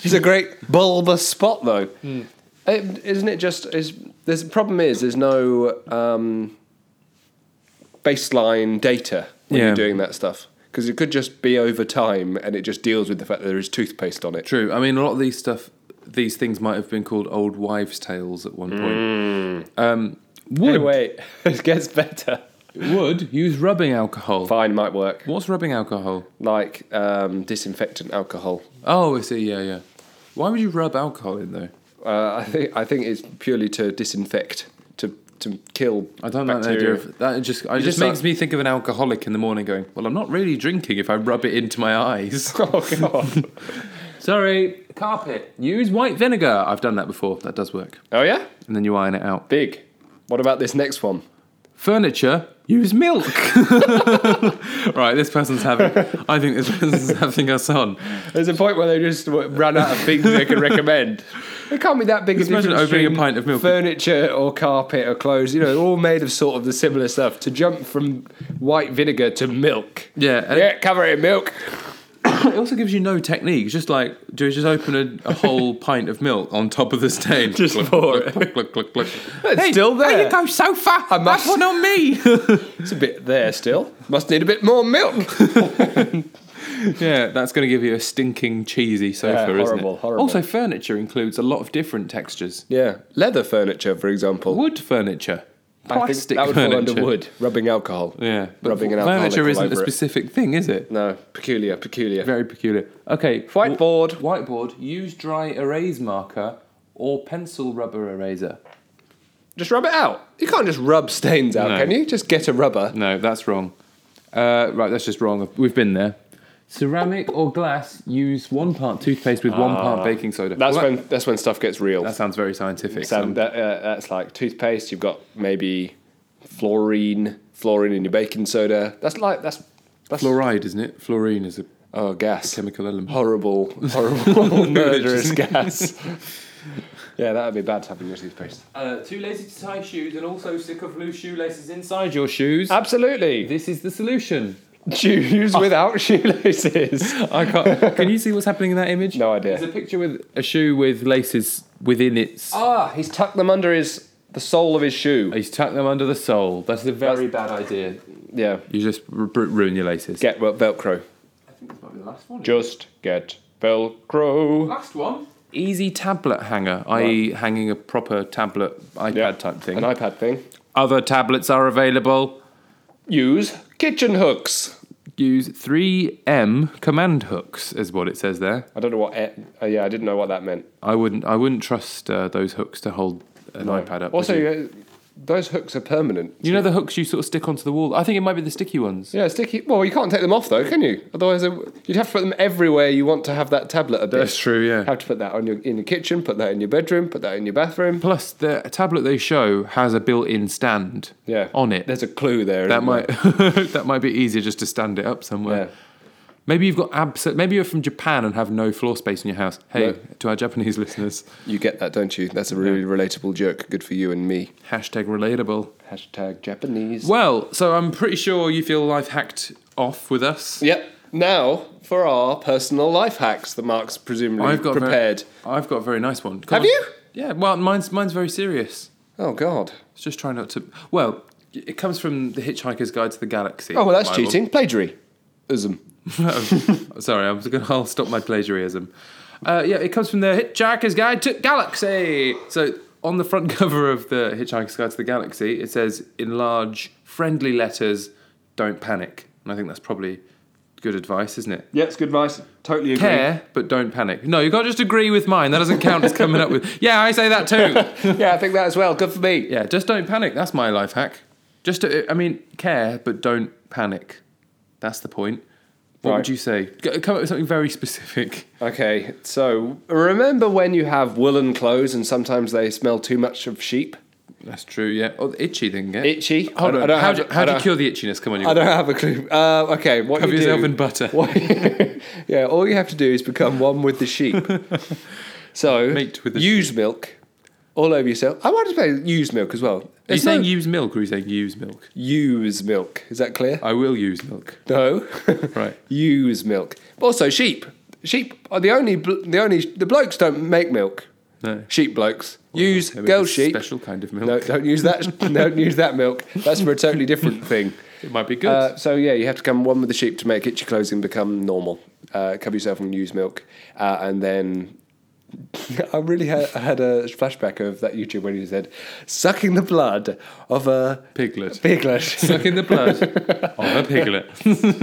Speaker 2: it's a great bulbous spot, though.
Speaker 1: Hmm.
Speaker 2: It, isn't it just? Is there's the problem is there's no um, baseline data when
Speaker 1: Yeah.
Speaker 2: you're doing that stuff because it could just be over time and it just deals with the fact that there is toothpaste on it.
Speaker 1: True. I mean, a lot of these stuff, these things might have been called old wives' tales at one point. Um, would
Speaker 2: Anyway, it gets better.
Speaker 1: would use rubbing alcohol.
Speaker 2: Fine, might work.
Speaker 1: What's rubbing alcohol?
Speaker 2: Like um, disinfectant alcohol.
Speaker 1: Oh, I see. Yeah, yeah. Why would you rub alcohol in though?
Speaker 2: Uh, I think I think it's purely to disinfect to to kill.
Speaker 1: I don't like the idea
Speaker 2: bacteria.
Speaker 1: of that. Just, it just
Speaker 2: just
Speaker 1: makes
Speaker 2: start-
Speaker 1: me think of an alcoholic in the morning going, "Well, I'm not really drinking if I rub it into my eyes."
Speaker 2: Oh god.
Speaker 1: Sorry, carpet. Use white vinegar. I've done that before. That does work.
Speaker 2: oh yeah.
Speaker 1: And then you iron it out.
Speaker 2: Big. What about this next one?
Speaker 1: Furniture, use milk. right, this person's having. I think this person's having us on.
Speaker 2: There's a point where they just w- run out of things they can recommend. It can't be that big
Speaker 1: Just
Speaker 2: a difference.
Speaker 1: imagine opening a
Speaker 2: between
Speaker 1: pint of milk.
Speaker 2: Furniture or carpet or clothes, you know, all made of sort of the similar stuff. To jump from white vinegar to milk.
Speaker 1: Yeah, and-
Speaker 2: yeah, cover it in milk.
Speaker 1: It also gives you no technique. It's just like, do you just open a, a whole pint of milk on top of the stain?
Speaker 2: Just
Speaker 1: Glug,
Speaker 2: pour
Speaker 1: glug, glug, glug, glug, glug.
Speaker 2: It's still there.
Speaker 1: There you go, sofa. I must...
Speaker 2: must-
Speaker 1: Have one on me.
Speaker 2: It's a bit there still. Must need a bit more milk.
Speaker 1: yeah, that's going to give you a stinking cheesy sofa,
Speaker 2: Yeah,
Speaker 1: isn't
Speaker 2: horrible,
Speaker 1: it?
Speaker 2: horrible.
Speaker 1: Also, furniture includes a lot of different textures.
Speaker 2: yeah, leather furniture, for example.
Speaker 1: Wood furniture, plastic
Speaker 2: I think that would
Speaker 1: furniture.
Speaker 2: fall under wood. Rubbing alcohol.
Speaker 1: Yeah, but
Speaker 2: rubbing an alcoholic
Speaker 1: furniture
Speaker 2: all
Speaker 1: isn't a
Speaker 2: over it.
Speaker 1: specific thing, is it?
Speaker 2: No, peculiar, peculiar.
Speaker 1: Very peculiar. Okay, w-
Speaker 2: Whiteboard.
Speaker 1: whiteboard. Use dry erase marker or pencil rubber eraser.
Speaker 2: Just rub it out. You can't just rub stains out,
Speaker 1: No.
Speaker 2: can you? Just get a rubber.
Speaker 1: No, that's wrong. Uh, right, that's just wrong. We've been there. Ceramic or glass, use one part toothpaste with one part baking soda.
Speaker 2: That's
Speaker 1: Well, that-
Speaker 2: when that's when stuff gets real.
Speaker 1: Ah, that sounds very scientific.
Speaker 2: Sam,
Speaker 1: Um,
Speaker 2: that, uh, that's like toothpaste. You've got maybe fluorine, fluorine in your baking soda. That's like that's that's
Speaker 1: Fluoride, isn't it? Fluorine is a
Speaker 2: oh gas,
Speaker 1: chemical element.
Speaker 2: horrible, horrible, murderous
Speaker 1: Just-
Speaker 2: gas. yeah, that would be bad to have in your toothpaste.
Speaker 1: Uh, too lazy to tie shoes and also sick of loose shoelaces inside your shoes.
Speaker 2: Absolutely,
Speaker 1: This is the solution.
Speaker 2: shoes without shoelaces.
Speaker 1: I can't. Can you see what's happening in that image?
Speaker 2: No idea.
Speaker 1: There's a picture with a shoe with laces within its.
Speaker 2: Ah, he's tucked them under his the sole of his shoe.
Speaker 1: He's tucked them under the sole. That's a very bad idea.
Speaker 2: Yeah,
Speaker 1: You just ru- ruin your laces.
Speaker 2: get wel- Velcro.
Speaker 1: I think this might be the last one.
Speaker 2: Just get Velcro.
Speaker 1: Last one. Easy tablet hanger, i.e., hanging a proper tablet iPad
Speaker 2: Yeah.
Speaker 1: type thing.
Speaker 2: An iPad thing.
Speaker 1: Other tablets are available.
Speaker 2: Use kitchen hooks.
Speaker 1: Use 3M command hooks, is what it says there.
Speaker 2: I don't know what. e- Uh, yeah, I didn't know what that meant.
Speaker 1: I wouldn't, I wouldn't trust uh, those hooks to hold an iPad up. would
Speaker 2: Also,
Speaker 1: you?
Speaker 2: uh, those hooks are permanent.
Speaker 1: you know the hooks you sort of stick onto the wall. I think it might be the sticky ones.
Speaker 2: Yeah, sticky. Well, you can't take them off though, can you? Otherwise, they w- you'd have to put them everywhere you want to have that tablet. A bit.
Speaker 1: true. Yeah.
Speaker 2: Have to put that on your in your kitchen. Put that in your bedroom. Put that in your bathroom.
Speaker 1: Plus, the tablet they show has a built-in stand.
Speaker 2: Yeah.
Speaker 1: On it.
Speaker 2: There's a clue there.
Speaker 1: that uh,
Speaker 2: isn't
Speaker 1: might that might be easier just to stand it up
Speaker 2: there?
Speaker 1: somewhere.
Speaker 2: Yeah.
Speaker 1: Maybe you've got abs- Maybe you're from Japan and have no floor space in your house. Hey,
Speaker 2: No.
Speaker 1: to our Japanese listeners,
Speaker 2: You get that, don't you? That's a really relatable joke. Good for you and me.
Speaker 1: hashtag relatable.
Speaker 2: Hashtag Japanese.
Speaker 1: Well, so I'm pretty sure you feel life hacked off with us.
Speaker 2: Yep. Now for our personal life hacks that Mark's presumably
Speaker 1: I've got a very-
Speaker 2: prepared.
Speaker 1: I've got a very nice one. Come
Speaker 2: Have
Speaker 1: on.
Speaker 2: you?
Speaker 1: Yeah. Well, mine's mine's very serious.
Speaker 2: Oh God.
Speaker 1: Let's just try not to. Well, it comes from the Hitchhiker's Guide to the Galaxy.
Speaker 2: Oh well, that's
Speaker 1: my one.
Speaker 2: cheating. Plagiarism.
Speaker 1: Um, Sorry, I was gonna, I'll stop my plagiarism. Uh, yeah, it comes from the Hitchhiker's Guide to Galaxy. So on the front cover of the Hitchhiker's Guide to the Galaxy, it says in large, friendly letters, "Don't panic." And I think that's probably good advice, isn't it?
Speaker 2: Yeah, it's good advice. Totally agree.
Speaker 1: Care, but don't panic. No, you can't just agree with mine. That doesn't count as coming up with. Yeah, I say that too.
Speaker 2: yeah, I think that as well. Good for me.
Speaker 1: yeah, just don't panic. That's my life hack. Just, to, I mean, care, but don't panic. That's the point. What
Speaker 2: Right.
Speaker 1: would you say? Go- Come up with something very specific.
Speaker 2: Okay, so remember when you have woolen clothes and sometimes they smell too much of sheep?
Speaker 1: That's true, yeah. Oh, the itchy thing, yeah.
Speaker 2: Itchy.
Speaker 1: Hold
Speaker 2: I-
Speaker 1: on.
Speaker 2: I don't
Speaker 1: how
Speaker 2: have-
Speaker 1: do,
Speaker 2: I
Speaker 1: how do you
Speaker 2: don't-
Speaker 1: cure the itchiness? Come on, you.
Speaker 2: I don't have a clue. Uh, okay, what
Speaker 1: Cover
Speaker 2: you
Speaker 1: yourself
Speaker 2: do,
Speaker 1: in butter.
Speaker 2: What, yeah, all you have to do is become one with the sheep. So
Speaker 1: Mate with the
Speaker 2: use milk all over yourself. I want to say use milk as well.
Speaker 1: Are you
Speaker 2: There's
Speaker 1: saying
Speaker 2: no
Speaker 1: use milk or are you saying use milk?
Speaker 2: use milk? Is that clear?
Speaker 1: I will use milk.
Speaker 2: No.
Speaker 1: Uh, Right.
Speaker 2: use milk. Also sheep. Sheep are the only bl- the only the blokes don't make milk.
Speaker 1: No.
Speaker 2: Sheep blokes. Use
Speaker 1: Maybe
Speaker 2: girl
Speaker 1: it's a
Speaker 2: sheep.
Speaker 1: Special kind of milk.
Speaker 2: No, don't use that. don't use that milk. That's for a totally different thing.
Speaker 1: It might be good.
Speaker 2: Uh, so yeah, you have to come one with the sheep to make itchy clothing become normal. Uh, cover yourself and use milk, uh, and then I really had, I had a flashback of that YouTube when you said sucking the blood of a
Speaker 1: piglet.
Speaker 2: piglet.
Speaker 1: Suck in the blood of a piglet.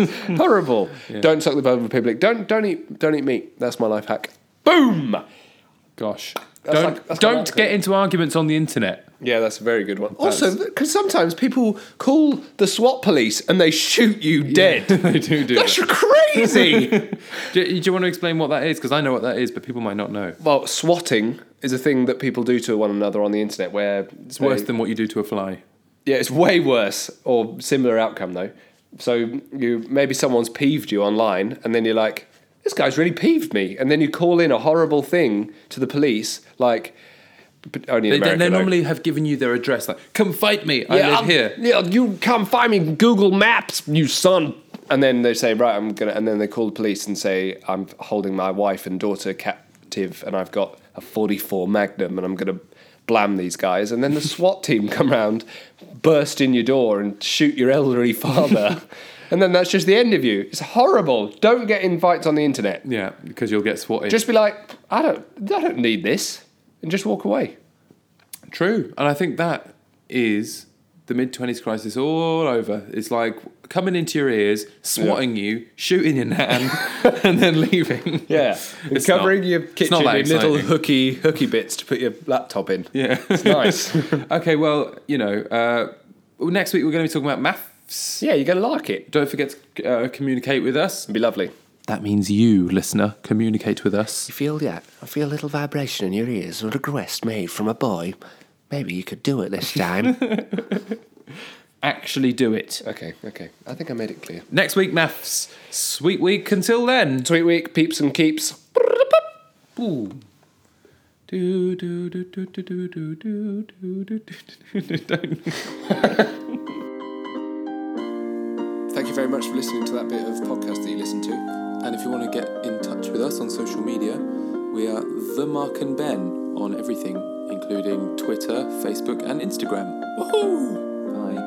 Speaker 2: Horrible. Don't suck the blood of a piglet. Don't don't eat don't eat meat. That's my life hack. Boom.
Speaker 1: Gosh.
Speaker 2: That's
Speaker 1: don't
Speaker 2: like- that's
Speaker 1: don't
Speaker 2: like-
Speaker 1: get into arguments on the internet.
Speaker 2: Yeah, that's a very good one. Also, because sometimes people call the SWAT police and they shoot you dead.
Speaker 1: they do do
Speaker 2: That's
Speaker 1: that.
Speaker 2: crazy.
Speaker 1: Do, do you want to explain what that is? Because I know what that is, but people might not know.
Speaker 2: well, swatting is a thing that people do to one another on the internet where
Speaker 1: It's worse than what you do to a fly.
Speaker 2: Yeah, it's way worse or similar outcome though. So you maybe someone's peeved you online and then you're like, this guy's really peeved me. And then you call in a horrible thing to the police, like but only in
Speaker 1: They,
Speaker 2: America.
Speaker 1: they
Speaker 2: though.
Speaker 1: normally have given you their address, like, come fight me, I live
Speaker 2: I'll-
Speaker 1: here.
Speaker 2: Yeah, you come find me in Google Maps, you son. And then they say, right, I'm gonna. And then they call the police and say, I'm holding my wife and daughter captive, and I've got a 44 Magnum, and I'm gonna blam these guys. And then the SWAT team come round, burst in your door, and shoot your elderly father. and then that's just the end of you. It's horrible. Don't get invites on the internet.
Speaker 1: Yeah, because you'll get swatted.
Speaker 2: Just be like, I don't, I don't need this, and just walk away.
Speaker 1: True. And I think that is the mid 20s crisis all over. It's like coming into your ears, swatting you, shooting your nan, and then leaving.
Speaker 2: Yeah,
Speaker 1: It's
Speaker 2: covering
Speaker 1: not-
Speaker 2: your
Speaker 1: it's
Speaker 2: kitchen
Speaker 1: not that
Speaker 2: in little
Speaker 1: exciting.
Speaker 2: hooky hooky bits to put your laptop in.
Speaker 1: Yeah.
Speaker 2: it's nice.
Speaker 1: okay, well, you know, uh, next week we're going to be talking about maths.
Speaker 2: yeah, you're gonna like it.
Speaker 1: Don't forget to uh, communicate with us.
Speaker 2: It'd be lovely.
Speaker 1: That means you, listener, communicate with us.
Speaker 4: You feel that? I feel a little vibration in your ears, a request made from a boy. Maybe you could do it this time.
Speaker 1: Actually, do it.
Speaker 2: Okay, okay. I think I made it clear.
Speaker 1: Next week, maths. Sweet week until then.
Speaker 2: Tweet week, peeps and keeps.
Speaker 1: Ooh. Do, do, do, do, do, do, do, do, do, do, do, do. Don't
Speaker 2: Thank you very much for listening to that bit of podcast that you listened to.
Speaker 5: And if you want to get in touch with us on social media, we are The Mark and Ben on everything, including Twitter, Facebook, and Instagram. Woohoo! Bye.